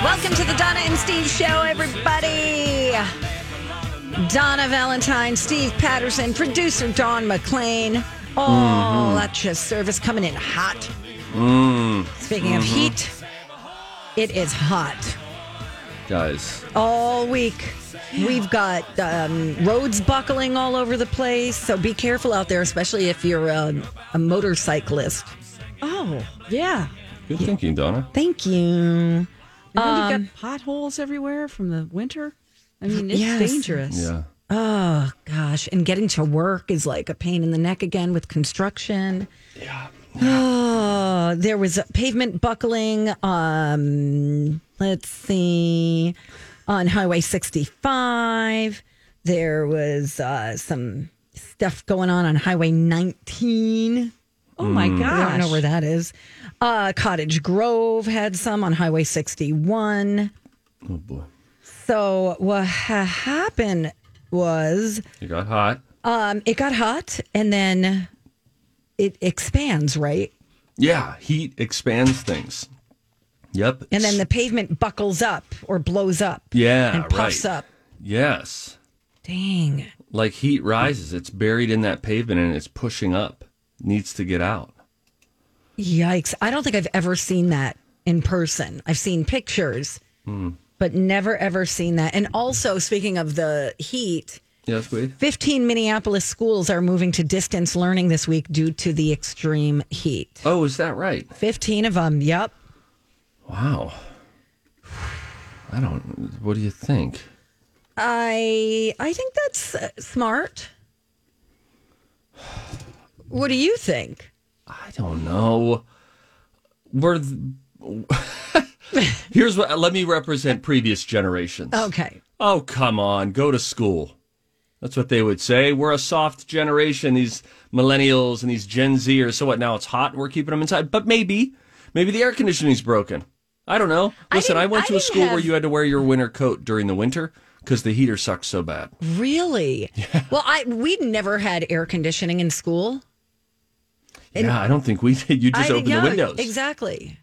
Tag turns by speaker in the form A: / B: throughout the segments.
A: Welcome to the Donna and Steve Show, everybody. Donna Valentine, Steve Patterson, producer Don McLean, all at your service coming in hot. Speaking of heat, it is hot
B: guys.
A: all week. We've got um, roads buckling all over the place, so be careful out there, especially if you're um a motorcyclist. Oh, yeah.
B: Good thinking, Donna.
A: Thank you.
C: And you've got potholes everywhere from the winter. I mean, it's
A: Yes.
C: dangerous.
B: Yeah.
A: Oh gosh, and getting to work is like a pain in the neck again with construction. Yeah. Oh, there was pavement buckling. Um, let's see, on Highway 65, there was uh, some stuff going on on Highway 19.
C: Oh my
A: I don't know where
C: gosh.
A: that is. Uh, Cottage Grove had some on Highway 61.
B: Oh boy,
A: So what ha- happened was.
B: you got hot.
A: Um, it got hot and then it expands, right?
B: Yeah, heat expands things. Yep.
A: And then the pavement buckles up or blows up.
B: yeah
A: and puffs
B: right.
A: up.
B: Yes,
A: Dang.
B: like heat rises, it's buried in that pavement and it's pushing up. Needs to get out.
A: Yikes. I don't think I've ever seen that in person. I've seen pictures,
B: Hmm.
A: but never ever seen that. And also, speaking of the heat,
B: Yes, Wade.
A: 15 Minneapolis schools are moving to distance learning this week due to the extreme heat.
B: Oh, is that right?
A: 15 of them. Yep.
B: Wow. I don't. What do you think?
A: I I think that's uh, smart. What do you think?
B: I don't know. We're. th- Here's what. Let me represent previous generations.
A: Okay.
B: Oh, come on, go to school. That's what they would say. We're a soft generation, these millennials and these Gen Zers. So what? Now it's hot and we're keeping them inside. But maybe, maybe the air conditioning's broken. I don't know. Listen, I,
A: didn't-
B: went
A: I
B: to a
A: didn't
B: school where
A: have-
B: you had to wear your winter coat during the winter because the heater sucks so bad.
A: Really? Well, I we never had air conditioning in school.
B: yeah, I don't think we did. You just
A: I,
B: open
A: yeah,
B: the windows.
A: Exactly.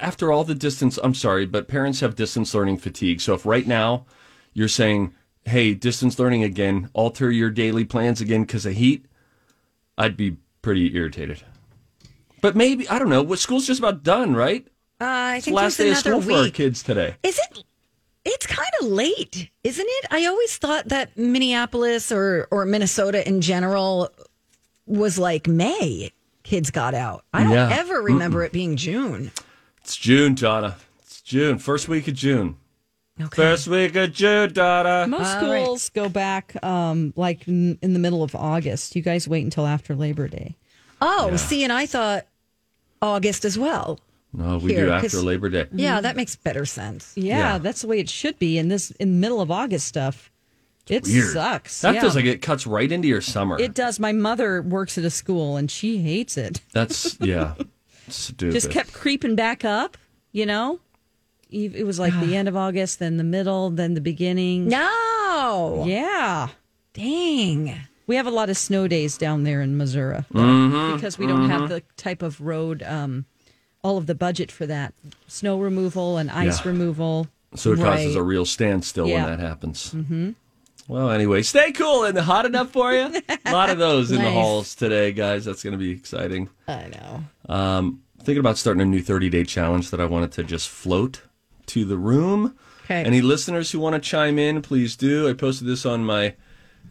B: After all the distance, I'm sorry, but parents have distance learning fatigue. So if right now you're saying, hey, distance learning again, alter your daily plans again because of heat, I'd be pretty irritated. But maybe, I don't know, what school's just about done, right?
A: Uh, I
B: It's the
A: think
B: last
A: there's
B: day of
A: another
B: school for our
A: week.
B: kids today.
A: Is it? It's kind of late, isn't it? I always thought that Minneapolis or or Minnesota in general was like May. Kids got out. I don't
B: Yeah.
A: ever remember it being June.
B: It's June, Donna. It's June. First week of June.
A: Okay.
B: First week of June, Donna.
C: Most schools go back um, like in, in the middle of August. You guys wait until after Labor Day.
A: Oh, see, and I thought August as well.
B: No, we
A: Here,
B: do
A: 'cause-
B: after Labor Day.
D: Mm-hmm.
A: Yeah, that makes better sense.
C: Yeah,
B: Yeah.
C: that's the way it should be. In this, in the middle of August stuff, it
B: Weird.
C: sucks.
B: That
C: yeah.
B: feels like it cuts right into your summer.
C: it does. My mother works at a school and she hates it.
B: That's, yeah. Stupid.
C: Just kept creeping back up. You know, Eve- it was like the end of August, then the middle, then the beginning.
A: No.
C: Yeah.
A: Dang.
C: We have a lot of snow days down there in Missouri
B: Mm-hmm,
C: because we don't have the type of road, um, all of the budget for that snow removal and ice
B: Yeah.
C: removal.
B: So it causes
A: Right.
B: a real standstill
C: Yeah.
B: when that happens. Mm-hmm. Well, anyway, stay cool and hot enough for you. a lot of those in the
C: Nice.
B: halls today, guys. That's going to be exciting.
A: I know.
B: Um, thinking about starting a new 30 day challenge that I wanted to just float to the room.
C: Okay.
B: Any listeners who want to chime in, please do. I posted this on my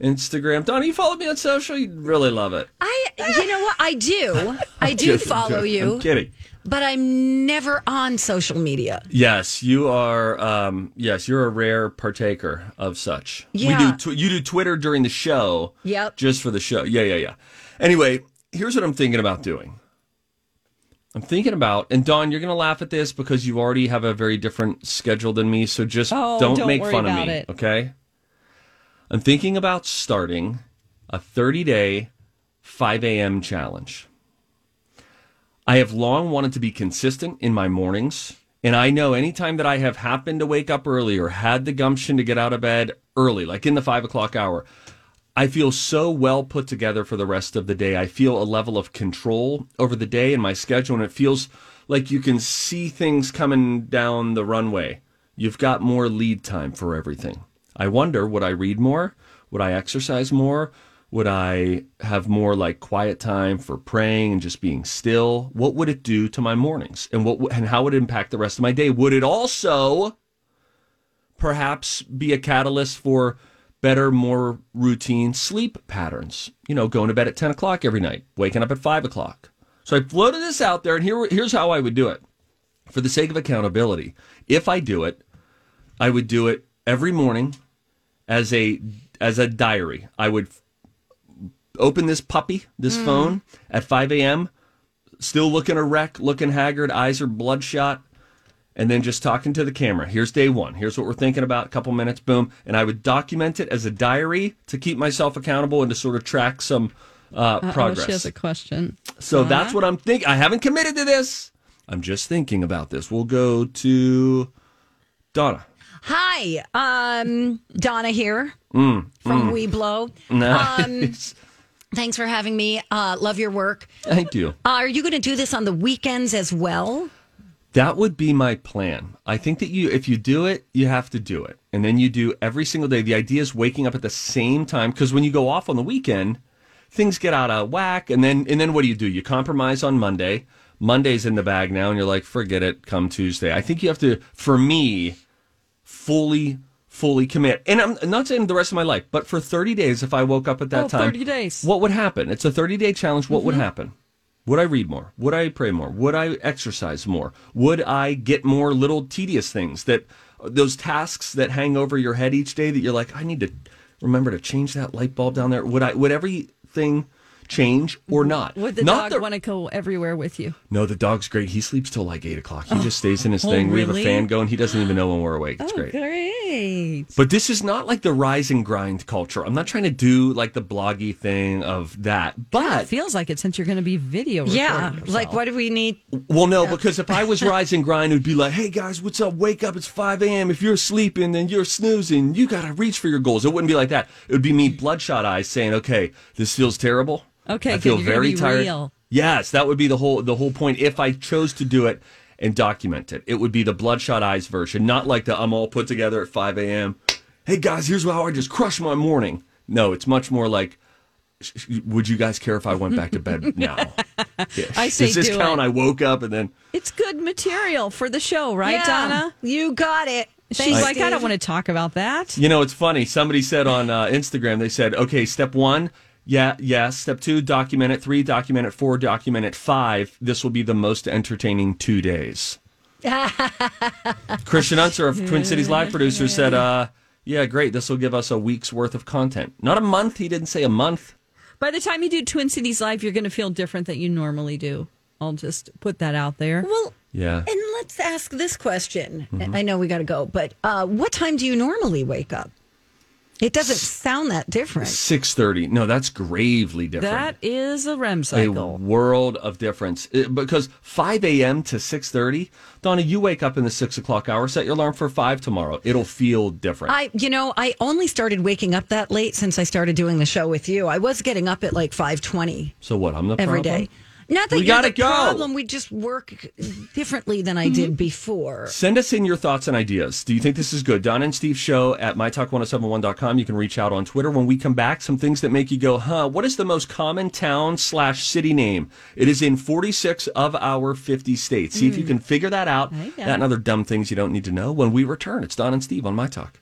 B: Instagram. Donna, you follow me on social? You'd really love it.
D: I,
A: Ah.
D: you know what? I do. I do
B: Kidding,
D: follow
B: joking.
D: you,
B: I'm kidding.
D: but I'm never on social media.
B: Yes, you are. Um, yes, you're a rare partaker of such.
D: Yeah.
B: We do. Tw- you do Twitter during the show.
D: Yep.
B: Just for the show. Yeah, yeah, yeah. Anyway, here's what I'm thinking about doing. I'm thinking about, and Don, you're going to laugh at this because you already have a very different schedule than me. So just
C: Oh,
B: don't,
C: don't
B: make
C: worry
B: fun of
C: about
B: me.
C: it.
B: Okay. I'm thinking about starting a 30 day 5 a.m. challenge. I have long wanted to be consistent in my mornings. And I know anytime that I have happened to wake up early or had the gumption to get out of bed early, like in the five o'clock hour, I feel so well put together for the rest of the day. I feel a level of control over the day and my schedule. And it feels like you can see things coming down the runway. You've got more lead time for everything. I wonder would I read more? Would I exercise more? Would I have more like quiet time for praying and just being still? What would it do to my mornings? And what and how would it impact the rest of my day? Would it also perhaps be a catalyst for better, more routine sleep patterns? You know, going to bed at 10 o'clock every night, waking up at 5 o'clock. So I floated this out there, and here, here's how I would do it. For the sake of accountability, if I do it, I would do it every morning as a as a diary. I would open this puppy, this phone at 5 a.m. Still looking a wreck, looking haggard, eyes are bloodshot, and then just talking to the camera. Here's day one. Here's what we're thinking about. A couple minutes, boom. And I would document it as a diary to keep myself accountable and to sort of track some uh,
C: Oh, she
B: progress.
C: has a question.
B: So that's what I'm thinking. I haven't committed to this. I'm just thinking about this. We'll go to Donna.
D: Hi, um, Donna here from Weeblow. Um,
B: Nice.
D: Thanks for having me. Uh, love your work.
B: Thank you.
D: Uh, are you going to do this on the weekends as well?
B: That would be my plan. I think that you, if you do it, you have to do it. And then you do every single day. The idea is waking up at the same time because when you go off on the weekend, things get out of whack. And then, and then what do you do? You compromise on Monday. Monday's in the bag now, and you're like, forget it. Come Tuesday. I think you have to, for me, fully, fully commit. And I'm not saying the rest of my life, but for 30 days, if I woke up at that
C: Oh,
B: time,
C: 30 days.
B: what would happen? It's a 30 day challenge. What
C: Mm-hmm.
B: would happen? Would I read more? Would I pray more? Would I exercise more? Would I get more little tedious things that uh, those tasks that hang over your head each day that you're like, I need to remember to change that light bulb down there? Would I, would everything change or not?
C: Mm-hmm. Would the
B: not
C: dog want to go everywhere with you?
B: No, the dog's great. He sleeps till like eight o'clock. He just stays in his thing. We have a
C: Oh. really?
B: fan going. He doesn't even know when we're awake. It's
C: Oh,
B: great.
C: great.
B: But this is not like the rise and grind culture. I'm not trying to do like the bloggy thing of that. But
C: It feels like it since you're going to be video.
A: Yeah.
C: recording
A: Like,
C: yourself.
A: what do we need?
B: Well, no, because if I was Rise and Grind, it would be like, hey guys, what's up? Wake up. It's 5 a.m. If you're sleeping, then you're snoozing. You got to reach for your goals. It wouldn't be like that. It would be me, bloodshot eyes, saying, okay, this feels terrible.
C: Okay,
B: I
C: good.
B: feel
C: You're gonna
B: very
C: be
B: tired.
C: real.
B: Yes, that would be the whole the whole point. If I chose to do it and document it, it would be the bloodshot eyes version, not like the I'm all put together at 5 a.m. Hey guys, here's how I just crushed my morning. No, it's much more like, "Sh- sh- would you guys care if I went back to bed now? Yeah.
C: I say
B: Does this
C: do
B: count?
C: it.
B: I woke up and then.
C: It's good material for the show, right,
A: Yeah,
C: Donna?
A: You got it.
C: She's like, I don't want to talk about that.
B: You know, it's funny. Somebody said on uh, Instagram, they said, okay, step one, yeah, yes. Step two, document it. Three, document it. Four, document it. Five, this will be the most entertaining two days. Christian Unser of Twin Cities Live producer said, uh, yeah, great. This will give us a week's worth of content. Not a month. He didn't say a month.
C: By the time you do Twin Cities Live, you're going to feel different than you normally do. I'll just put that out there.
D: Well,
B: Yeah.
D: and let's ask this question.
A: I know we got to go, but uh, what time do you normally wake up? It doesn't sound that different.
B: 6.30. No, that's gravely different.
C: That is a REM
B: a
C: cycle.
B: world of difference It- because 5 a.m. to 6:30, Donna, you wake up in the six o'clock hour. Set your alarm for five tomorrow. It'll feel different.
A: I, you know, I only started waking up that late since I started doing the show with you. I was getting up at like five twenty
B: so what? I'm the
A: every
B: problem?
A: day. Not that
B: We
A: you're
B: gotta
A: the
B: go. Mm-hmm.
A: problem. We just work differently than I did before.
B: Send us in your thoughts and ideas. Do you think this is good? Don and Steve show at mytalk1071.com. You can reach out on Twitter. When we come back, some things that make you go, huh, what is the most common town slash city name? It is in 46 of our 50 states. See if you can figure that out. That and other dumb things you don't need to know when we return. It's Don and Steve on My Talk.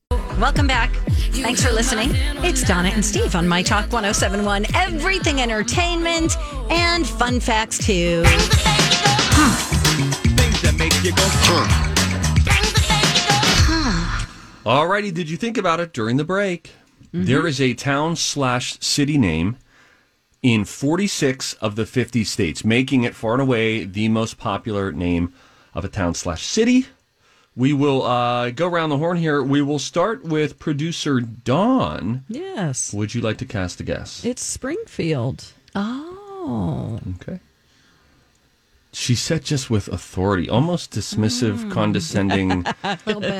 A: Welcome back. Thanks for listening. It's Donna and Steve on My Talk 1071, everything entertainment and fun facts too.
B: Alrighty, did you think about it during the break?
C: Mm-hmm.
B: There is a town slash city name in 46 of the 50 states, making it far and away the most popular name of a town slash city. We will uh, go around the horn here. We will start with producer Dawn.
C: Yes.
B: Would you like to cast a guess?
C: It's Springfield. Oh.
B: Okay. She said just with authority, almost dismissive,
C: Mm.
B: condescending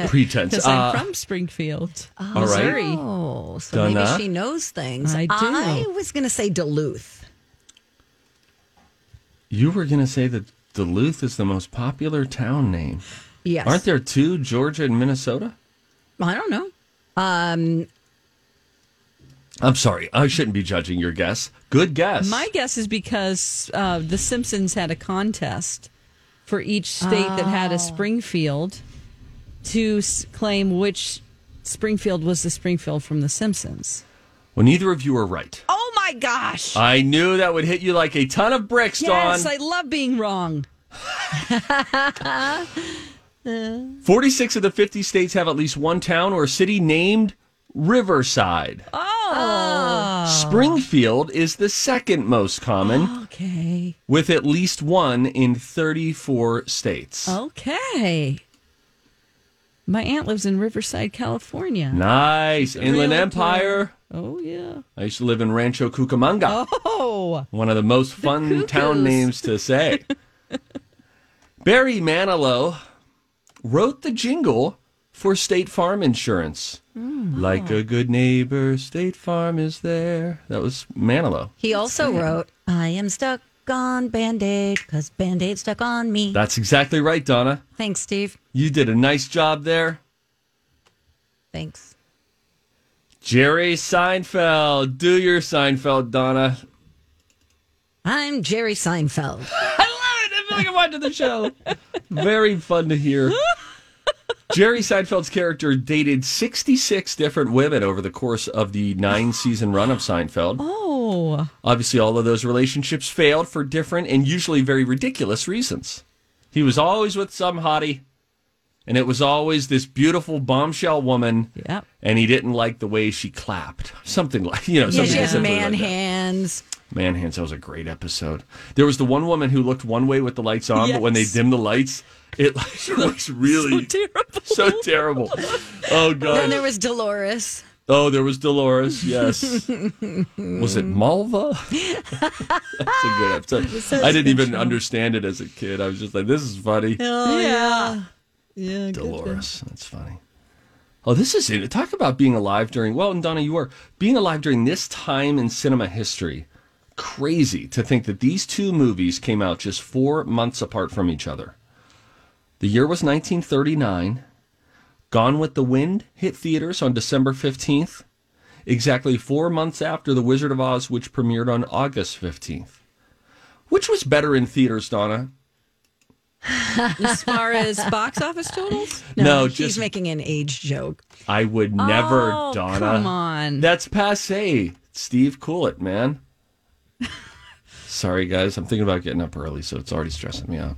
B: pretense.
C: Because
B: Uh,
C: I'm from Springfield.
B: all right.
C: Missouri.
A: Oh, so
B: Donna?
A: maybe she knows things.
C: I do.
A: I was going to say Duluth.
B: You were going to say that Duluth is the most popular town name.
A: Yes.
B: Aren't there two, Georgia and Minnesota?
A: I don't know. Um,
B: I'm sorry. I shouldn't be judging your guess. Good guess.
C: My guess is because uh, the Simpsons had a contest for each state that had a Springfield to s- claim which Springfield was the Springfield from the Simpsons.
B: Well, neither of you are right.
C: Oh my gosh!
B: I knew that would hit you like a ton of bricks,
C: yes,
B: Dawn.
C: I love being wrong.
B: 46 of the 50 states have at least one town or city named Riverside.
C: Oh,
B: Springfield is the second most common.
C: okay,
B: with at least one in 34 states.
C: Oh. okay. My aunt lives in Riverside, California.
B: Nice. Inland
C: Really?
B: Empire.
C: Oh yeah.
B: I used to live in Rancho Cucamonga.
C: Oh,
B: One of the most fun town
C: Cuckoos.
B: names to say. Barry Manilow wrote the jingle for State Farm Insurance.
C: Hmm.
B: Like a good neighbor, State Farm is there. That was Manilow.
A: he also wrote, I am stuck on Band Aid because Band Aid stuck on me.
B: That's exactly right, Donna.
A: Thanks, Steve.
B: You did a nice job there.
A: Thanks.
B: Jerry Seinfeld. Do your Seinfeld, Donna.
A: I'm Jerry Seinfeld.
B: I love it. I feel like I'm watching the show. Very fun to hear. Jerry Seinfeld's character dated 66 different women over the course of the nine season run of Seinfeld.
C: oh,
B: Obviously, all of those relationships failed for different and usually very ridiculous reasons. He was always with some hottie, and it was always this beautiful bombshell woman,
C: Yep.
B: and he didn't like the way she clapped. Something like, you know,
A: Yeah,
B: something
A: she has
B: essentially
A: man
B: like that.
A: hands.
B: Man hands. That was a great episode. There was the one woman who looked one way with the lights on, but when they
C: Yes.
B: dim the lights, it like, looks really so
C: terrible.
B: terrible. Oh
A: Then
B: god.
A: there was Dolores.
B: oh, there was Dolores. Yes. was it Malva? That's a good episode. I didn't even understand it as a kid. I was just like, this is funny.
C: Oh, yeah, yeah. good
B: Dolores. That's funny. Oh, this is it. Talk about being alive during, well, and Donna, you were being alive during this time in cinema history. Crazy to think that these two movies came out just four months apart from each other. The year was 1939. Gone with the Wind hit theaters on December 15th. exactly four months after The Wizard of Oz, which premiered on August 15th. Which was better in theaters, Donna?
C: As far as box office totals,
B: No,
A: She's
B: just
A: making an age joke.
B: I would never,
C: Oh,
B: Donna.
C: Come on.
B: That's passe. Steve, cool it, man. Sorry, guys. I'm thinking about getting up early, so it's already stressing me out.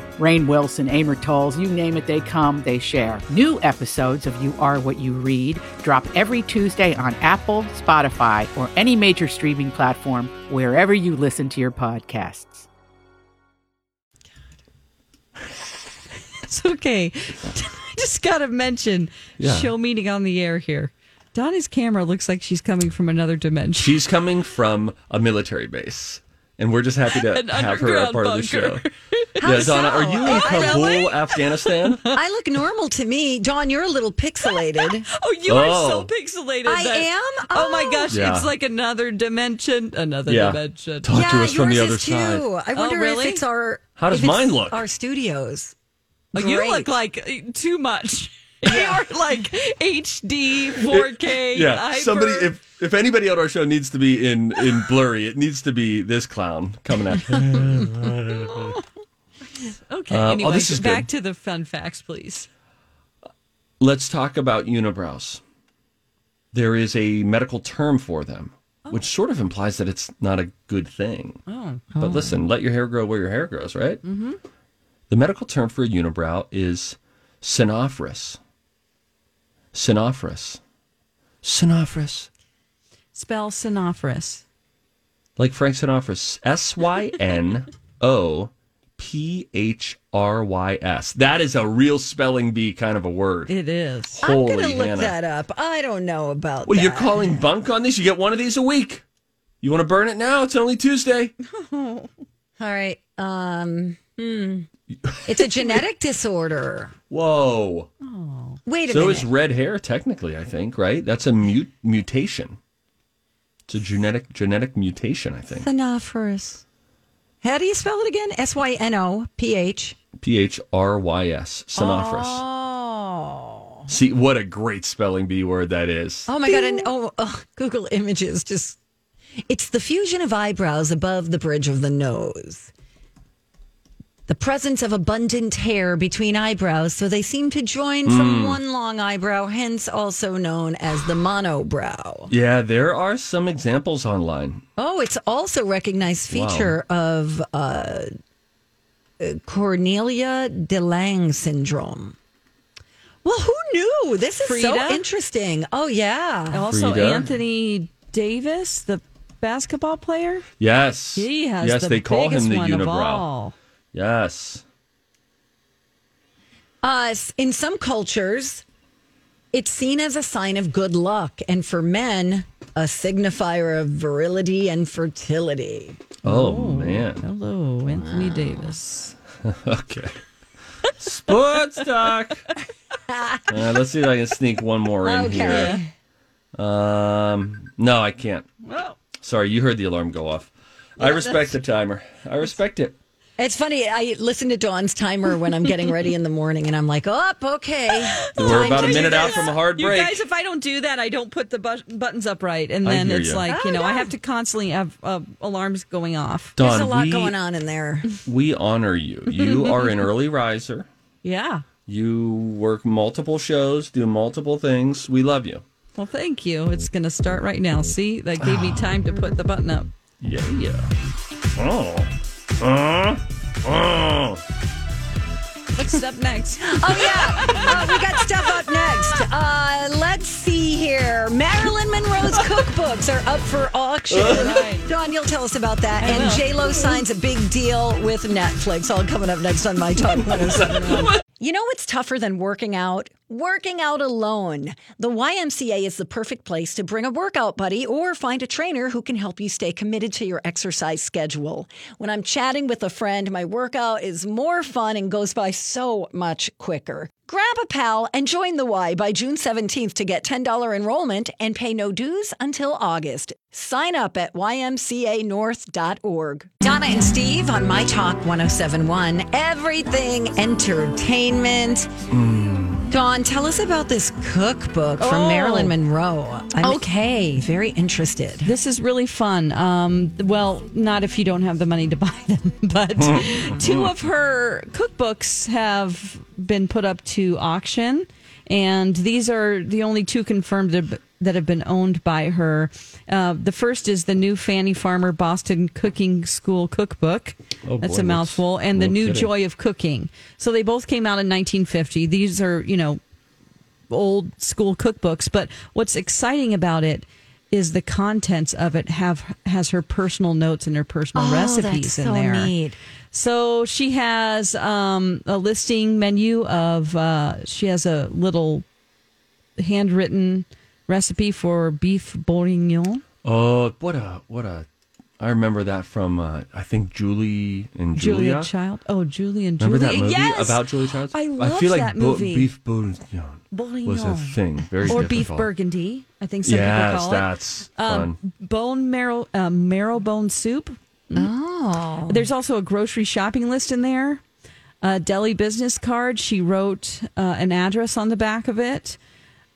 E: Rain Wilson, Amor Tolls, you name it, they come, they share. New episodes of You Are What You Read drop every Tuesday on Apple, Spotify, or any major streaming platform wherever you listen to your podcasts.
C: It's okay. I just got to mention
B: Yeah.
C: show meeting on the air here. Donna's camera looks like she's coming from another dimension.
B: She's coming from a military base, and we're just happy to
C: An
B: have her a
C: underground
B: part of the show.
C: bunker. Oh,
B: yeah, Donna, are you in
A: so?
B: Kabul, Afghanistan?
A: I look normal to me. Dawn, you're a little pixelated.
C: Oh, you are
B: Oh.
C: so pixelated.
A: I
C: that-
A: am?
C: Oh, my
A: Oh.
C: gosh,
B: Yeah.
C: it's like another dimension. Another
B: Yeah.
C: dimension.
B: Talk to us from the
A: yours
B: other
A: is
B: side.
A: I wonder
C: Oh, really?
A: if it's our.
B: How does
A: if it's
B: mine look?
A: Our studios.
C: Oh, You
A: Great.
C: look like uh, too much. You are like HD, 4K.
B: Yeah,
C: hyper.
B: somebody. If if anybody on our show needs to be in in blurry, it needs to be this clown coming out.
C: okay.
B: Uh, oh,
C: anyway,
B: this is good.
C: back to the fun facts, please.
B: Let's talk about unibrows. There is a medical term for them, which sort of implies that it's not a good thing. Oh. But listen, let your hair grow where your hair grows, right? Mm-hmm. The medical term for a unibrow is synophrys. Synophrys. Synophrys.
C: Spell synophrys.
B: Like Frank Sinatra. S Y N O P H R Y S. That is a real spelling bee kind of a word.
C: It is.
B: Holy
A: I'm going to look
B: Hannah.
A: that up. I don't know about
B: Well,
A: that.
B: you're calling bunk on this? You get one of these a week. You want to burn it now? It's only Tuesday.
A: All right. Um, hmm. It's a genetic disorder.
B: Whoa.
A: Wait a
B: So
A: minute.
B: is red hair technically, I think, right? That's a mute mutation. It's a genetic genetic mutation, I think.
A: Synophrys. How do you spell it again? S Y N O P H.
B: P H R Y S. Sinophrys.
A: Oh.
B: See what a great spelling bee word that is.
A: Oh my god! And oh, oh, Google Images just. It's the fusion of eyebrows above the bridge of the nose. The presence of abundant hair between eyebrows, so they seem to join
B: Hmm.
A: from one long eyebrow, hence also known as the monobrow.
B: Yeah, there are some examples online.
A: Oh, it's also recognized feature of uh, uh, Cornelia de Lange syndrome. Well, who knew? This is so
C: Frida?
A: interesting. Oh yeah.
C: Also,
B: Frida?
C: Anthony Davis, the basketball player,
B: Yes.
C: he has
B: Yes,
C: the
B: they call him
C: biggest
B: the
C: one of
B: unibrow.
C: all.
B: Yes.
A: Uh, s- in some cultures, it's seen as a sign of good luck, and for men, a signifier of virility and fertility.
B: Oh, man.
C: Hello, Anthony Davis.
B: Okay. Sports talk. Uh, let's see if I can sneak one more in
A: Okay.
B: here. Um, no, I can't.
C: Well,
B: Sorry, you heard the alarm go off. I respect the timer. I respect it.
A: It's funny. I listen to Dawn's timer when I'm getting ready in the morning, and I'm like, "Up, okay."
B: We're about a
A: to-
B: minute out from a hard
C: you
B: break.
C: guys, if I don't do that, I don't put the bu- buttons up right, and
B: I
C: then
B: hear
C: it's
B: ya.
C: like you know I have to constantly have uh, alarms going off.
B: Dawn,
A: There's a lot
B: we,
A: going on in there.
B: we honor you. You are an early riser.
C: Yeah.
B: You work multiple shows, do multiple things. We love you.
C: Well, thank you. It's going to start right now. See, that gave
B: Ah.
C: me time to put the button up.
B: Yeah, yeah. Oh. Uh, oh.
C: What's up next?
A: Oh yeah, uh, we got stuff up next. Uh, let's see here. cookbooks are up for auction. Don, you'll tell us about that. and J Lo signs a big deal with Netflix. All coming up next on my talk. 107.1. You know what's tougher than working out? Working out alone. The YMCA is the perfect place to bring a workout buddy or find a trainer who can help you stay committed to your exercise schedule. When I'm chatting with a friend, my workout is more fun and goes by so much quicker. Grab a pal and join the Y by June 17th to get $10 enrollment and pay no dues until August. Sign up at ymcanorth.org. Donna and Steve on My Talk 1071, everything entertainment. Dawn, tell us about this cookbook from Marilyn Monroe. I'm Oh. okay, very interested.
C: This is really fun. Um, well, not if you don't have the money to buy them, but two of her cookbooks have been put up to auction, and these are the only two confirmed ab- that have been owned by her. Uh, the first is the new Fannie Farmer Boston Cooking School Cookbook.
B: Oh, boy,
C: That's a
B: that's-
C: mouthful. And the
B: no
C: new
B: kidding.
C: Joy of Cooking. So they both came out in 1950. These are, you know, old school cookbooks. But what's exciting about it is the contents of it have has her personal notes and her personal recipes in there. So she has um, a listing menu of uh, she has a little handwritten recipe for beef bourguignon.
B: Oh, what a what a! I remember that from uh, I think Julie and Julia.
C: Julia Child. Oh, Julie and
B: Remember
C: Julia.
B: that movie
C: yes!
B: about Julia Child?
C: I love
B: feel like
C: that
B: bo-
C: movie.
B: beef bourguignon was a
C: Bourguignon.
B: thing. Very
C: or
B: difficult.
C: beef burgundy. I think some people
B: Yes,
C: call it. Um,
B: that's fun.
C: bone marrow uh, marrow bone soup. Oh, there's also a grocery shopping list in there. A deli business card. She wrote uh, an address on the back of it.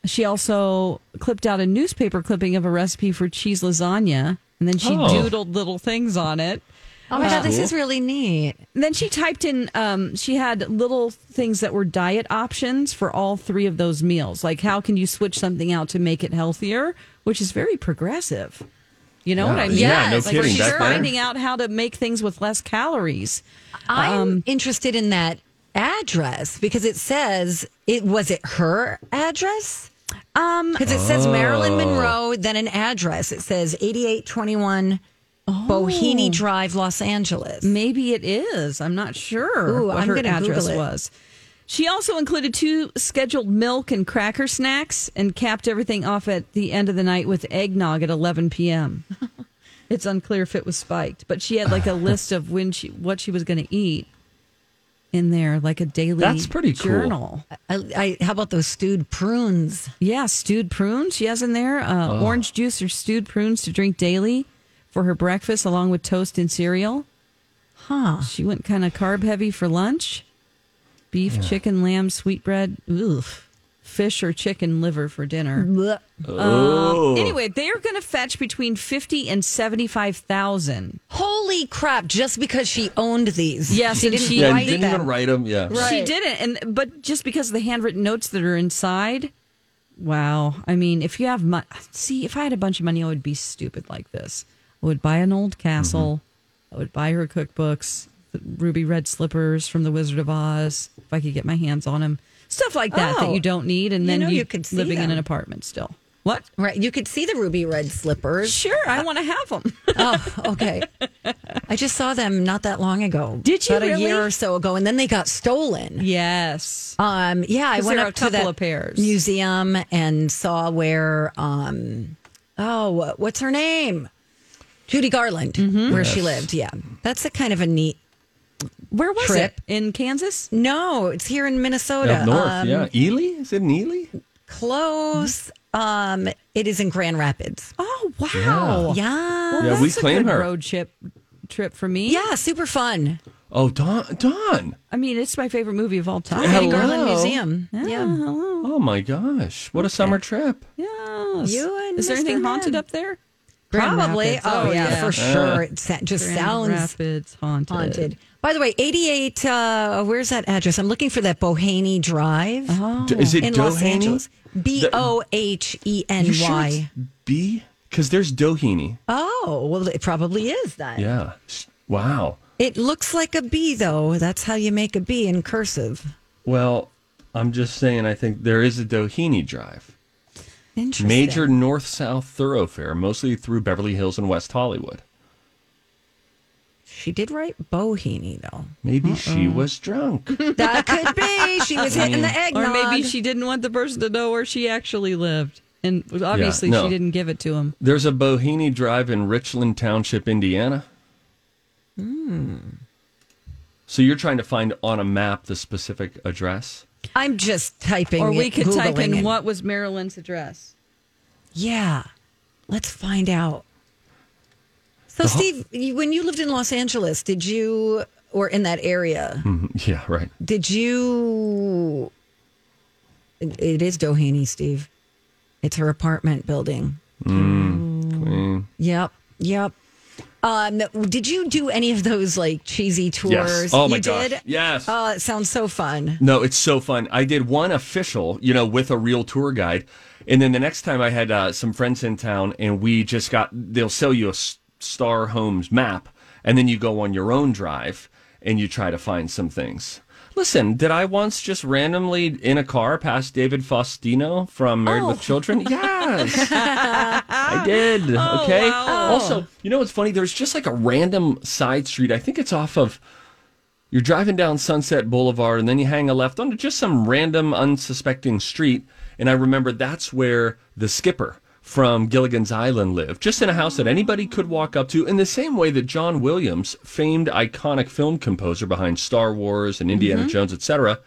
C: She also clipped out a newspaper clipping of a recipe for cheese lasagna, and then she
B: Oh.
C: doodled little things on it.
A: Oh my God, this is really neat.
C: And then she typed in, um, she had little things that were diet options for all three of those meals. Like, how can you switch something out to make it healthier, which is very progressive. You know what I mean?
B: Yeah, no
C: like
B: kidding.
C: she's
B: That's
C: finding out how to make things with less calories.
A: I'm
C: Um,
A: interested in that address because it says it was it her address
C: Um,
A: because it says Marilyn Monroe then an address it says 8821
C: Oh.
A: Bohini Drive Los Angeles
C: Maybe it is. I'm not sure
A: Ooh,
C: what
A: I'm
C: her
A: gonna Google
C: address
A: it.
C: was. She also included two scheduled milk and cracker snacks and capped everything off at the end of the night with eggnog at 11 p.m. it's unclear if it was spiked, but she had like a list of when she what she was going to eat in there, like a daily
B: That's pretty cool.
C: journal.
A: I, I, how about those stewed prunes
C: Yeah, stewed prunes she has in there, uh, orange juice or stewed prunes to drink daily for her breakfast, along with toast and cereal.
A: huh
C: She went kind of carb heavy for lunch. Beef, chicken, lamb, sweetbread, oof. Fish or chicken liver for dinner.
A: Blech.
C: Um, anyway, they are going to fetch between fifty and seventy-five thousand.
A: holy crap just because she owned these
C: Yes,
A: she
C: and
A: didn't
C: she-
B: yeah,
A: write
B: and didn't
A: them.
B: even write them. Yeah,
A: Right.
C: She didn't, and but just because of the handwritten notes that are inside. Wow, I mean, if you have money, see, if I had a bunch of money, I would be stupid like this. I would buy an old castle.
B: Mm-hmm.
C: I would buy her cookbooks, the ruby red slippers from the Wizard of Oz, if I could get my hands on them. Stuff like that that
A: Oh,
C: you don't need, and
A: you
C: then
A: know
C: you
A: you could see
C: living in an
A: them.
C: apartment still. What?
A: right you could see the ruby red slippers
C: Sure, I want to have them.
A: Oh, okay. I just saw them not that long ago.
C: Did you
A: About
C: really?
A: a year or so ago, and then they got stolen.
C: yes.
A: Um, yeah, I
C: 'Cause
A: went
C: there are
A: up
C: a
A: to
C: couple
A: that
C: of pairs.
A: museum and saw where. Um, oh, what- what's her name? Judy Garland,
C: Mm-hmm.
A: where she lived. Yeah, that's a kind of a neat.
C: Where was
A: Trip.
C: it? In Kansas?
A: No, it's here in Minnesota.
B: up north.
A: Um,
B: yeah, Ely is it in Ely?
A: close. Um, it is in Grand Rapids.
C: Oh wow!
A: Yeah,
B: Yeah,
C: That's
B: we
C: a
B: claim
C: good
B: her.
C: road trip trip for me.
A: yeah, super fun.
B: Oh, Don, Don.
C: I mean, it's my favorite movie of all time.
B: Hello.
A: Judy Garland Museum. Yeah.
B: Oh my gosh, what a summer trip!
C: Yes.
A: You and
C: Is there
A: Mr.
C: anything haunted
A: Hyde.
C: up there? Grand
A: Probably.
C: Rapids.
A: Oh,
C: Oh,
A: yeah,
C: yeah.
A: for sure. It sa- just
C: Grand
A: sounds
C: Rapids haunted.
A: haunted. By the way, 88, uh, where's that address? I'm looking for that Bohaney Drive
C: Oh.
B: D- is it
A: in Los
B: Doheny?
A: Angeles. B O H E N
B: You sure it's
A: Y.
B: B? Because there's Doheny.
A: Oh, well, it probably is that.
B: Yeah. S- Wow.
A: It looks like a B, though. That's how you make a B in cursive.
B: Well, I'm just saying. I think there is a Doheny Drive.
A: Interesting.
B: Major north south thoroughfare, mostly through Beverly Hills and West Hollywood.
A: She did write Bohini though.
B: Maybe she was drunk.
A: That could be. She was hitting the
C: Oh, Or
A: eggnog.
C: maybe she didn't want the person to know where she actually lived. And obviously,
B: no.
C: she didn't give it to him.
B: There's a Bohini Drive in Richland Township, Indiana.
A: Hmm.
B: So you're trying to find on a map the specific address?
A: I'm just typing.
C: Or
A: it,
C: we could type
A: Googling
C: in
A: it.
C: what was Marilyn's address.
A: Yeah, let's find out. So, Steve, you, when you lived in Los Angeles, did you, or in that area,
B: Yeah, right.
A: did you? It it is Doheny, Steve. It's her apartment building.
B: Hmm, Queen.
A: Yep, yep. Um, did you do any of those like cheesy tours?
B: Yes. Oh my
A: you
B: gosh.
A: Did?
B: Yes.
A: Oh, it sounds so fun.
B: No, it's so fun. I did one official, you know, with a real tour guide. And then the next time I had uh, some friends in town and we just got, they'll sell you a S- Star Homes map and then you go on your own drive and you try to find some things. Listen, did I once just randomly in a car pass David Faustino from Married with Children? Yes. I did. okay. Also, you know what's funny? There's just like a random side street. I think it's off of you're driving down Sunset Boulevard and then you hang a left onto just some random unsuspecting street. And I remember that's where the skipper from Gilligan's Island lived, just in a house that anybody could walk up to, in the same way that John Williams, famed iconic film composer behind Star Wars and Indiana Jones, etc.,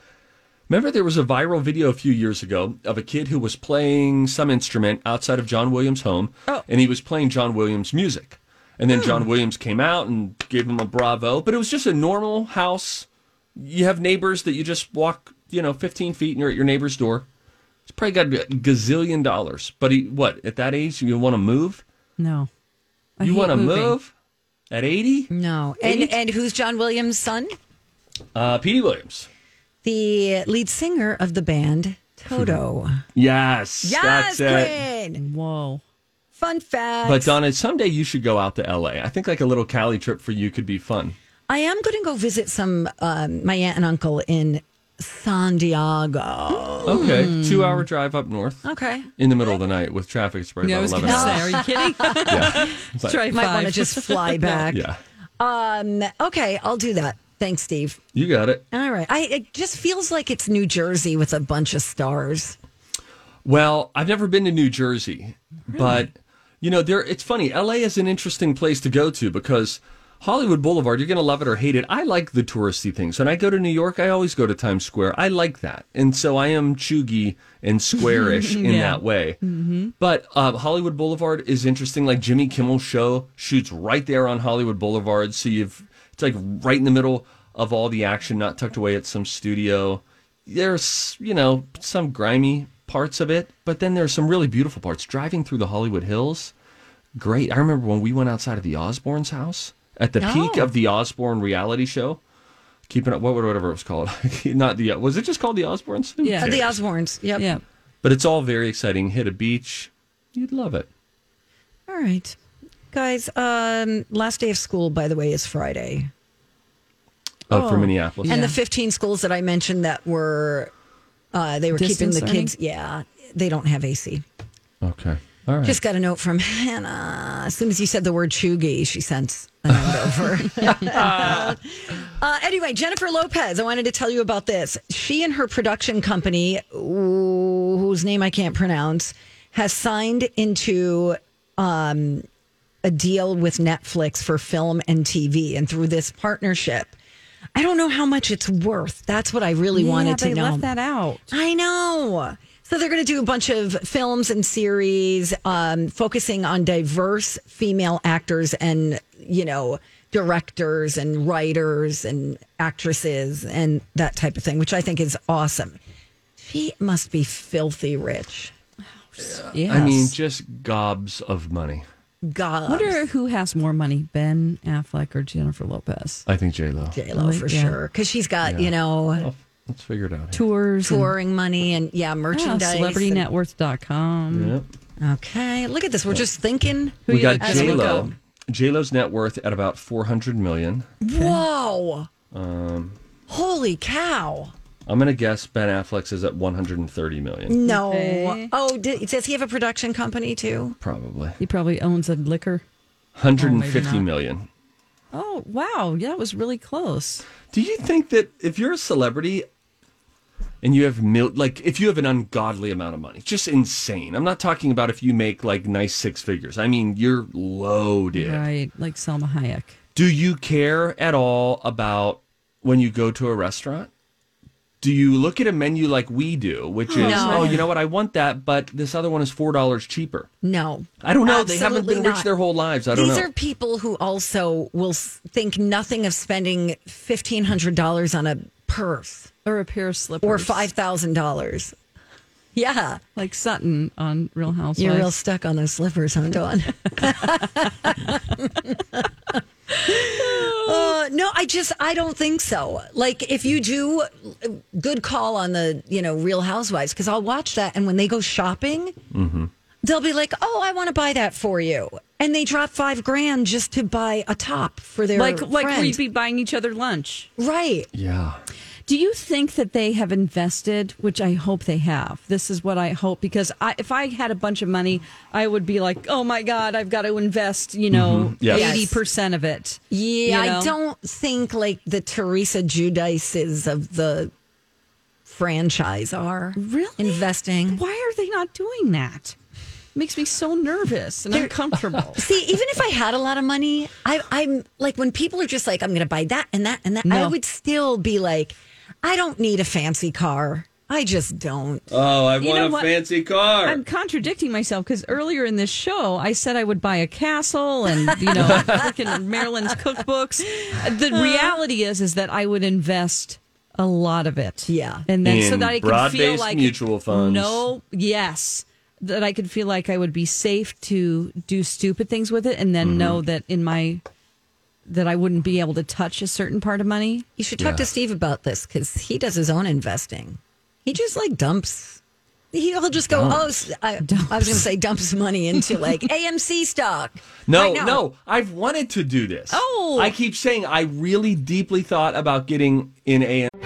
B: Remember, there was a viral video a few years ago of a kid who was playing some instrument outside of John Williams' home,
C: Oh.
B: and he was playing John Williams' music. And
C: Hmm.
B: then John Williams came out and gave him a bravo, but it was just a normal house. You have neighbors that you just walk, you know, 15 feet and you're at your neighbor's door. It's probably got a gazillion dollars. But he, what, at that age, you want to move?
C: No. I
B: You
C: hate
B: want to
C: moving.
B: move? At 80?
A: No, and and who's John Williams' son?
B: Uh, Petey Williams.
A: The lead singer of the band
B: Hmm.
A: Toto.
B: Yes.
A: yes,
B: that's it.
A: Quinn.
C: Whoa.
A: Fun fact.
B: But Donna, someday you should go out to LA. I think like a little Cali trip for you could be fun.
A: I am going to go visit some um, my aunt and uncle in San Diego.
B: Okay,
C: Hmm.
B: two hour drive up north
A: Okay.
B: in the middle of the night with traffic. It's probably
C: Yeah, I
B: about
C: was going
B: eleven
C: to
B: hours.
C: say, are you kidding?
B: But-
C: Try
A: Might want to
C: five.
A: just fly back.
B: Yeah,
A: Um, okay, I'll do that. Thanks, Steve.
B: you got it.
A: All right. I it just feels like it's New Jersey with a bunch of stars.
B: Well, I've never been to New Jersey, but you know, there. It's funny. LA is an interesting place to go to because Hollywood Boulevard. You're going to love it or hate it. I like the touristy things. When I go to New York, I always go to Times Square. I like that, and so I am chuggy and squarish in that way.
C: Mm-hmm.
B: But uh, Hollywood Boulevard is interesting. Like Jimmy Kimmel's show shoots right there on Hollywood Boulevard, so you've it's like right in the middle of all the action, not tucked away at some studio. There's you know some grimy parts of it, but then there's some really beautiful parts. Driving through the Hollywood Hills, great. I remember when we went outside of the Osbournes' house at the peak of the Osbourne reality show. Keeping up, what whatever it was called, not the was it just called the Osbournes? Who
C: Yeah.
A: Uh,
B: cares?
A: the Osbournes. Yep.
C: yeah.
B: But it's all very exciting. Hit a beach, you'd love it.
A: All right. Guys, um, last day of school, by the way, is Friday.
B: Oh, for Minneapolis.
A: And the 15 schools that I mentioned that were, uh, they were keeping
C: Distance
A: the
C: learning?
A: kids, yeah, they don't have AC.
B: okay. All right.
A: Just got a note from Hannah. As soon as you said the word chuggy, she sent a note over. uh, anyway, Jennifer Lopez, I wanted to tell you about this. She and her production company, ooh, whose name I can't pronounce, has signed into um, a deal with Netflix for film and TV. And through this partnership, I don't know how much it's worth. That's what I really wanted to
C: they
A: know.
C: left that out.
A: I know. So they're going to do a bunch of films and series um, focusing on diverse female actors and, you know, directors and writers and actresses and that type of thing, which I think is awesome. She must be filthy rich.
C: Yes.
B: I mean, just gobs of money.
A: God.
C: I wonder who has more money, Ben Affleck or Jennifer Lopez?
B: I think J Lo.
A: J-Lo for
C: Oh, Yeah.
A: sure. Because she's got, you know,
B: Let's figure it out. here.
C: Tours. and-
A: touring money and, yeah,
C: Yeah,
A: merchandise. and-
C: celebritynetworth.com.
B: Yep.
A: Okay. Look at this. We're just thinking.
B: We got
A: As we
B: J Lo.
A: go.
B: J Lo's net worth at about four hundred million.
A: Whoa. Holy cow.
B: I'm gonna guess Ben Affleck's is at 130 million,
A: No. Oh, did, does he have a production company too?
B: probably
C: He probably owns a liquor.
B: 150 million.
C: Oh wow, yeah, it was really close.
B: Do you think that if you're a celebrity and you have mil- like if you have an ungodly amount of money, just insane. I'm not talking about if you make like nice six figures. I mean, you're loaded.
C: Right, like Selma Hayek.
B: Do you care at all about when you go to a restaurant? Do you look at a menu like we do, which is, oh, you know what, I want that, but this other one is $4 cheaper?
A: No.
B: I don't know. they haven't
A: Absolutely
B: been rich
A: not.
B: their whole lives. I don't
A: These
B: know.
A: are people who also will s- think nothing of spending fifteen hundred dollars on a purse
C: Or a pair of slippers.
A: or five thousand dollars. Yeah,
C: Like Sutton on Real Housewives.
A: you're real stuck on those slippers, huh, Dawn? Uh, no, I just I don't think so. Like if you do, good call on the you know Real Housewives because I'll watch that and when they go shopping,
C: Mm-hmm.
A: they'll be like, oh, I want to buy that for you, and they drop five grand just to buy a top for their
C: like like
A: friend.
C: we'd be buying each other lunch.
A: right.
B: yeah.
C: Do you think that they have invested, which I hope they have? This is what I hope because I, if I had a bunch of money, I would be like, oh my God, I've got to invest, you know,
B: Yes.
C: 80% of it.
A: Yeah,
C: you know?
A: I don't think like the Teresa Judices of the franchise are
C: Really?
A: investing.
C: Why are they not doing that? makes me so nervous and uncomfortable.
A: See, even if I had a lot of money, I, I'm like when people are just like, I'm going to buy that and that and that. I
C: No.
A: would still be like, I don't need a fancy car. I just don't.
B: Oh, I
C: You know what?
B: car.
C: I'm contradicting myself because earlier in this show, I said I would buy a castle and you know, freaking Maryland's cookbooks. The
B: Uh.
C: reality is, is that I would invest a lot of it.
A: Yeah.
C: and then so
B: In
C: that I could feel
B: broad-based
C: like
B: mutual funds.
C: No, yes, that I could feel like I would be safe to do stupid things with it, and then
B: Mm-hmm.
C: know that in my that I wouldn't be able to touch a certain part of money.
A: You should talk to Steve about this because he does his own investing. He just like dumps. He'll just go, oh, I, I was going to say dumps money into like AMC stock.
B: No,
A: I know.
B: no, I've wanted to do this.
C: Oh.
B: I keep saying I really deeply thought about getting in a.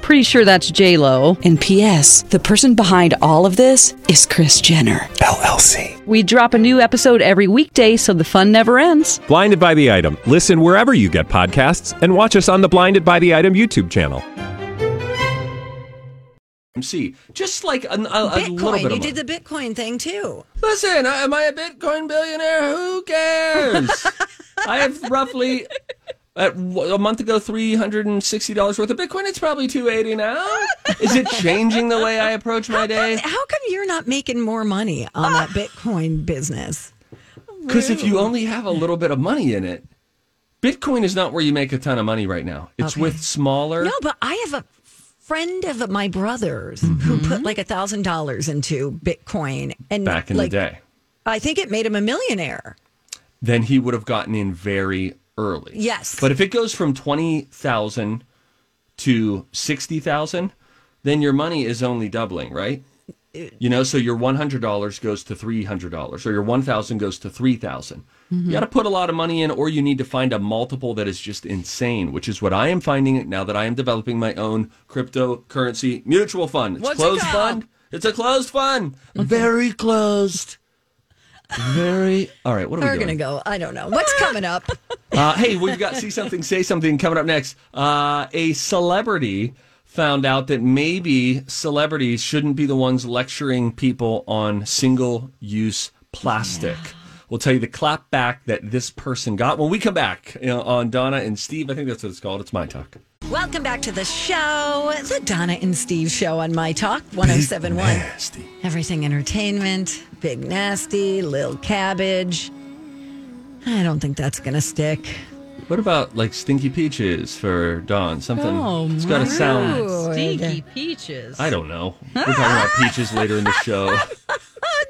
C: Pretty sure that's J Lo. And P.S. The person behind all of this is Chris Jenner LLC. We drop a new episode every weekday, so the fun never ends.
F: Blinded by the item. Listen wherever you get podcasts, and watch us on the Blinded by the Item YouTube channel.
B: AMC, just like a, a, a little bit
A: Bitcoin.
B: of
A: You
B: money.
A: did the Bitcoin thing too.
B: Listen, I- am I a Bitcoin billionaire? Who cares? I have roughly at w- a month ago three hundred and sixty dollars worth of Bitcoin. It's probably two eighty now. Is it changing the way I approach my day?
A: How come you're not making more money on that Bitcoin business?
B: Because if you only have a little bit of money in it, Bitcoin is not where you make a ton of money right now. It's with smaller.
A: No, but I have a friend of my brother's who put like a thousand dollars into Bitcoin and
B: Back in
A: like,
B: the day,
A: I think it made him a millionaire.
B: then he would have gotten in very early.
A: Yes.
B: But if it goes from twenty thousand to sixty thousand, then your money is only doubling, right? You know, so your one hundred dollars goes to three hundred dollars, or your one thousand goes to three You got to put a lot of money in, or you need to find a multiple that is just insane, which is what I am finding now that I am developing my own cryptocurrency mutual fund. It's
C: What's it
B: closed
C: called?
B: fund. It's a closed fund. Very closed. Very. All right. What are
A: We're
B: we doing?
A: gonna go. I don't know what's coming up.
B: Uh, hey, we've got see something, say something coming up next. Uh, a celebrity found out that maybe celebrities shouldn't be the ones lecturing people on single use plastic. We'll tell you the clap back that this person got when we come back you know, on Donna and Steve. I think that's what it's called. It's my talk.
A: Welcome back to the show, the Donna and Steve show on My Talk 1071.
B: Nasty.
A: Everything Entertainment, Big Nasty, Lil Cabbage. I don't think that's going to stick.
B: What about like stinky peaches for Don? Something. it's got a sound.
C: Stinky peaches.
B: I don't know. We're talking about peaches later in the show.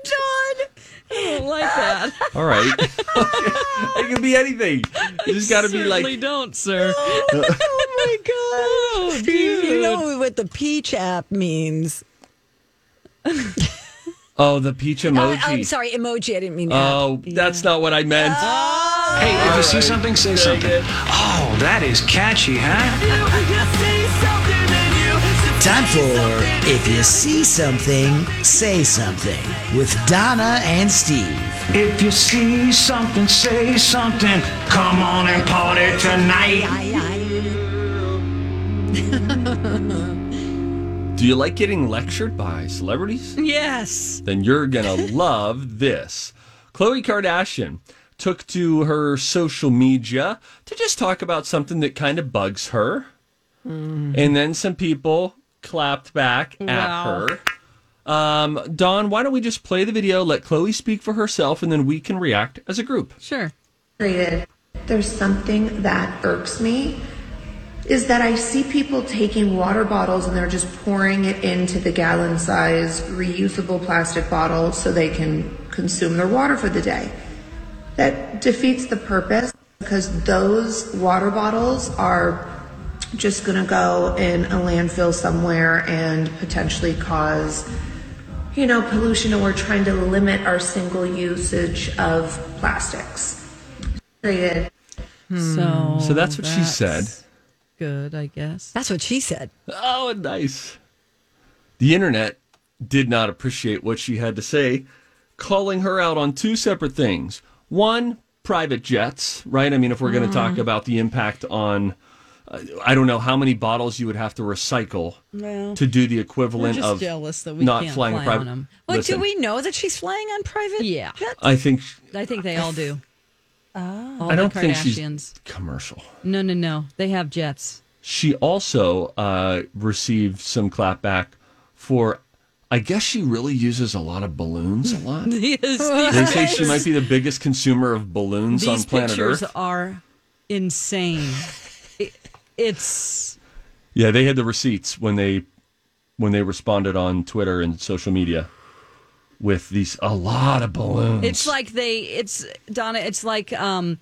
C: don't like that.
B: All right. it can be anything. You just got to be like
C: don't, sir. oh my god!
B: You know
A: what the peach app means.
B: Oh, the peach
A: Oh,
B: emoji.
A: I'm sorry, emoji. I didn't mean app.
B: Oh, that's not what I meant.
A: Oh.
G: Hey, if you see something, say something.
B: it.
G: Oh, that is catchy, huh?
H: Time for If You See Something, Say Something with Donna and Steve.
G: If you see something, say something. Come on and party tonight.
B: Do you like getting lectured by celebrities?
C: Yes.
B: then you're gonna love this. Khloe Kardashian took to her social media to just talk about something that kind of bugs her. And then some people clapped back at her. Um, Don, why don't we just play the video, let Chloe speak for herself, and then we can react as a group?
C: Sure.
G: There's something that irks me is that I see people taking water bottles and they're just pouring it into the gallon size reusable plastic bottle so they can consume their water for the day. That defeats the purpose because those water bottles are just going to go in a landfill somewhere and potentially cause you know pollution and we're trying to limit our single usage of plastics. Created
C: So
B: So that's what she said.
C: Good, I guess.
A: That's what she said.
B: Oh, nice. The internet did not appreciate what she had to say, calling her out on two separate things. One, private jets, right? I mean, if we're going to
C: Mm-hmm.
B: talk about the impact on, uh, I don't know how many bottles you would have to recycle to do the equivalent
C: just
B: of
C: jealous that we
B: not
C: can't
B: flying a
C: fly
B: private.
C: on 'em.
A: Well,
B: Listen,
A: do we know that she's flying on private?
C: Yeah.
B: I think
C: I think they all do. all
B: I don't
C: the
B: think
C: Kardashians.
B: she's commercial.
C: No, no, no. They have jets.
B: she also uh, received some clapback for. I guess she really uses a lot of balloons a lot. They say she might be the biggest consumer of balloons
C: These
B: on planet
C: pictures
B: Earth.
C: are insane. It- it's
B: Yeah, they had the receipts when they when they responded on Twitter and social media with these a lot of balloons.
C: it's like they it's Donna. It's like um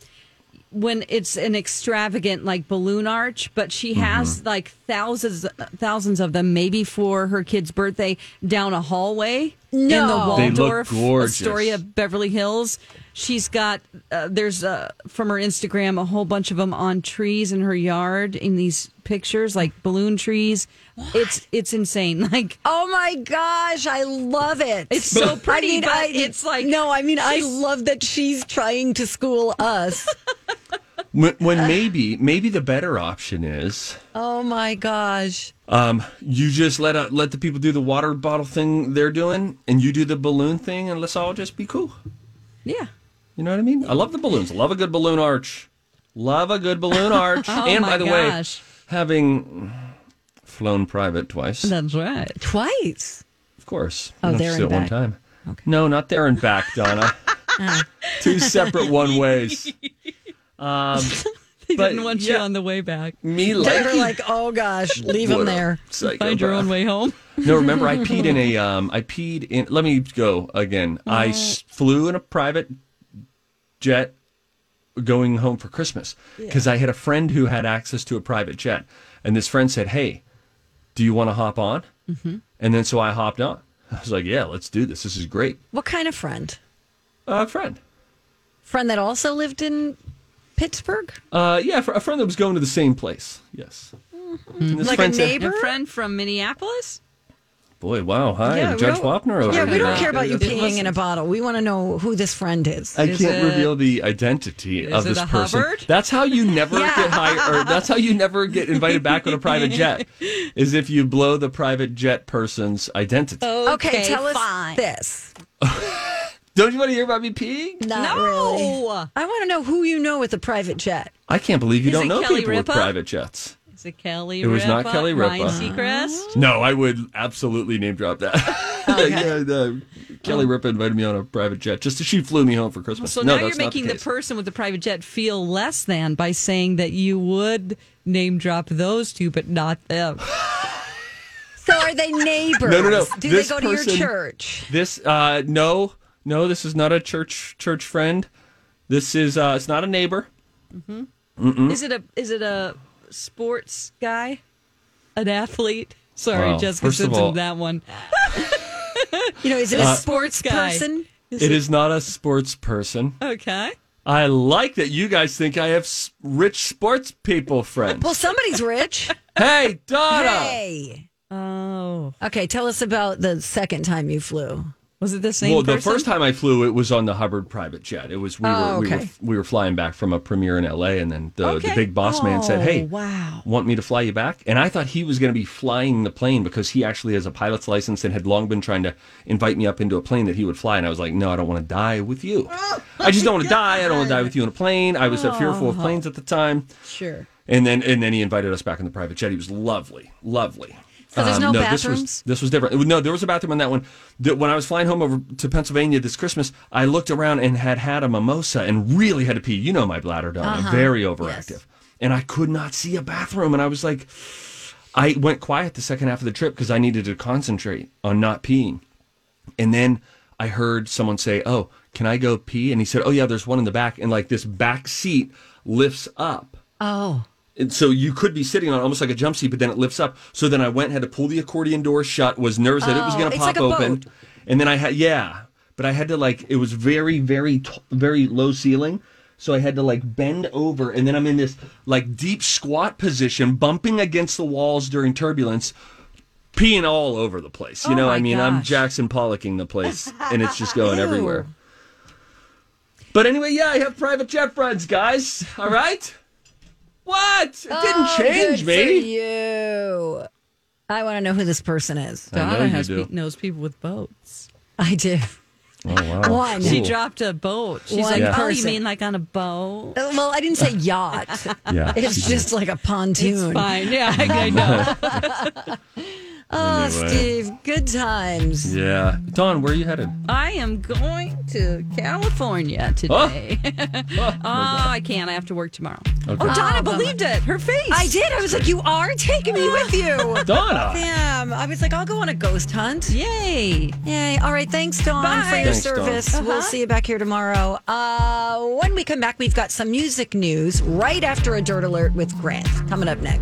C: when it's an extravagant like balloon arch, but she
B: Mm-hmm.
C: has like thousands thousands of them, maybe for her kid's birthday, down a hallway in the
B: They look
C: Waldorf
B: gorgeous.
C: Astoria, Beverly Hills. She's got uh, there's uh, from her Instagram a whole bunch of them on trees in her yard in these pictures, like balloon trees. It's it's insane. Like
A: Oh my gosh, I love it.
C: It's so pretty, but it's like-
A: No, I mean, I
C: she's-
A: love that she's trying to school us.
B: when, when maybe maybe the better option is
A: oh my gosh.
B: you just let uh, let the people do the water bottle thing they're doing, and you do the balloon thing, and let's all just be cool.
C: yeah.
B: You know what I mean? I love the balloons. Love a good balloon arch. Love a good balloon arch. and
C: Oh my
B: by the
C: gosh.
B: way, having flown private twice,
C: That's right.
A: Twice.
B: of course.
A: Oh,
B: Not
A: there
B: just
A: and
B: do it
A: back.
B: one time. No, not there and back, Donna.
C: Ah.
B: Two separate one ways. Um,
C: They
B: But,
C: didn't want you
B: yeah.
C: on the way back.
B: me
A: They're
B: liking
A: like, oh gosh, leave him
B: What a
A: there.
C: Find your own
B: psychopath.
C: way home.
B: No, remember I peed in a um I peed in let me go again. I s- flew in a private jet going home for Christmas cuz I had a friend who had access to a private jet and this friend said, "Hey, do you want to hop on?"
A: Mm-hmm.
B: And then so I hopped on. I was like, "Yeah, let's do this. This is great."
A: What kind of friend?
B: A friend.
A: Friend that also lived in Pittsburgh?
B: Uh yeah, fr- a friend that was going to the same place. Yes. And this
A: Like a
B: friend said,
A: neighbor?
C: Your friend from Minneapolis?
B: Boy, wow. Hi,
C: Yeah,
B: Judge
C: we don't-
B: Wapner over
A: Yeah, we
B: here.
A: don't care about you
C: It
A: peeing in
C: wasn't-
A: a bottle. We want to know who this friend is.
B: I
C: Is
B: can't
C: it-
B: reveal the identity of
C: it
B: this
C: a
B: person.
C: Hubbard?
B: That's how you never
A: Yeah.
B: get hired. Or that's how you never get invited back on a private jet. Is if you blow the private jet person's identity.
C: Oh.
A: Okay, tell us
C: fine.
A: this.
B: Don't you want to hear about me peeing?
A: Not
C: No.
A: really. I want to know who you know with a private jet.
B: I can't believe you
C: Is
B: don't
C: it
B: know
C: Kelly
B: people
C: Ripa?
B: with private jets.
C: Is it Kelly
B: It was not Kelly
C: Ryan
B: Ripa.
C: Seacrest?
B: No, I would absolutely name drop that. yeah, no. Kelly Ripa invited me on a private jet just as she flew me home for Christmas.
C: So
B: no,
C: now you're
B: that's not
C: making the,
B: case.
C: person with the private jet feel less than by saying that you would name drop those two, but not them.
A: So are they neighbors?
B: No, no, no.
A: Do
B: This
A: they go
B: person-
A: to your church?
B: This uh no, no, this is not a church church friend. This is uh it's not a neighbor. Hmm?
C: Is it a is it a sports guy? An athlete? Sorry,
B: Wow.
C: Jessica
B: First of
C: Simpson,
B: all-
C: that one.
A: You know, is it a
C: Uh,
A: sports
C: guy.
A: person?
B: It is not a sports person.
C: Okay.
B: I like that you guys think I have s- rich sports people friends.
A: Well, somebody's rich.
B: hey, Donna.
A: hey.
C: Oh,
A: Okay, tell us about the second time you flew.
C: was it the same?
B: well, the
C: person?
B: first time I flew, it was on the Hubbard private jet. It was we
A: Oh,
B: were we
A: okay.
B: were we were flying back from a premiere in L.A. and then the,
C: Okay.
B: the big boss man said,
C: Oh,
B: "Hey,
C: wow.
B: want me to fly you back?" And I thought he was going to be flying the plane because he actually has a pilot's license and had long been trying to invite me up into a plane that he would fly. And I was like, "No, I don't want to die with you.
C: Oh
B: I just don't want to die. I don't want to die with you in a plane. I was uh, fearful of planes at the time."
C: Sure.
B: And then and then he invited us back in the private jet. He was lovely, lovely.
A: So
B: Um,
A: there's no
B: This
A: bathrooms?
B: was, this was different. No, there was a bathroom on that one. The- When I was flying home over to Pennsylvania this Christmas, I looked around and had had a mimosa and really had to pee. You know my bladder, Donna,
A: Uh-huh.
B: very overactive, and I could not see a bathroom. And I was like, I went quiet the second half of the trip because I needed to concentrate on not peeing. And then I heard someone say, "Oh, can I go pee?" And he said, "Oh yeah, there's one in the back." And like this back seat lifts up.
A: Oh.
B: And so you could be sitting on almost like a jump seat, but then it lifts up. So then I went, had to pull the accordion door shut, was nervous that it was
A: Oh,
B: going to
A: it's
B: pop
A: like a
B: open.
A: boat.
B: And then I had, yeah, but I had to like, it was very, very, t- very low ceiling. So I had to like bend over. And then I'm in this like deep squat position, bumping against the walls during turbulence, peeing all over the place. You
C: Oh
B: know,
C: my
B: I mean, I'm
C: gosh.
B: Jackson Pollocking the place and it's just going everywhere. But anyway, yeah, I have private jet friends, guys. All right? What? It didn't change
A: Oh, Good
B: me.
A: For you. I want to know who this person is.
B: I know
C: Donna
B: you
C: has
B: do.
C: pe- knows people with boats.
A: I do.
B: Oh, wow.
A: One.
C: She
B: Cool.
C: dropped a boat. She's
A: One
C: like, oh, you
A: person.
C: mean like on a boat?
A: Uh, Well, I didn't say yacht.
B: Yeah.
A: It's just like a
C: It's
A: pontoon.
C: fine. Yeah, I, I know.
A: Oh,
B: Anyway.
A: Steve, good times.
B: Yeah. Don, where are you headed?
C: I am going to California today. oh, I can't. I have to work tomorrow. Oh, Donna believed it. Her face.
A: Ah, I did. I was like, you are taking me with you.
B: Donna.
A: Damn. I was like, I'll go on a ghost hunt.
C: Yay.
A: Yay. All right. Thanks, Dawn,
C: Bye.
A: for your
B: Thanks, Dawn.
A: service. We'll see you back here tomorrow. Uh, when we come back, we've got some music news right after a dirt alert with Grant coming up next.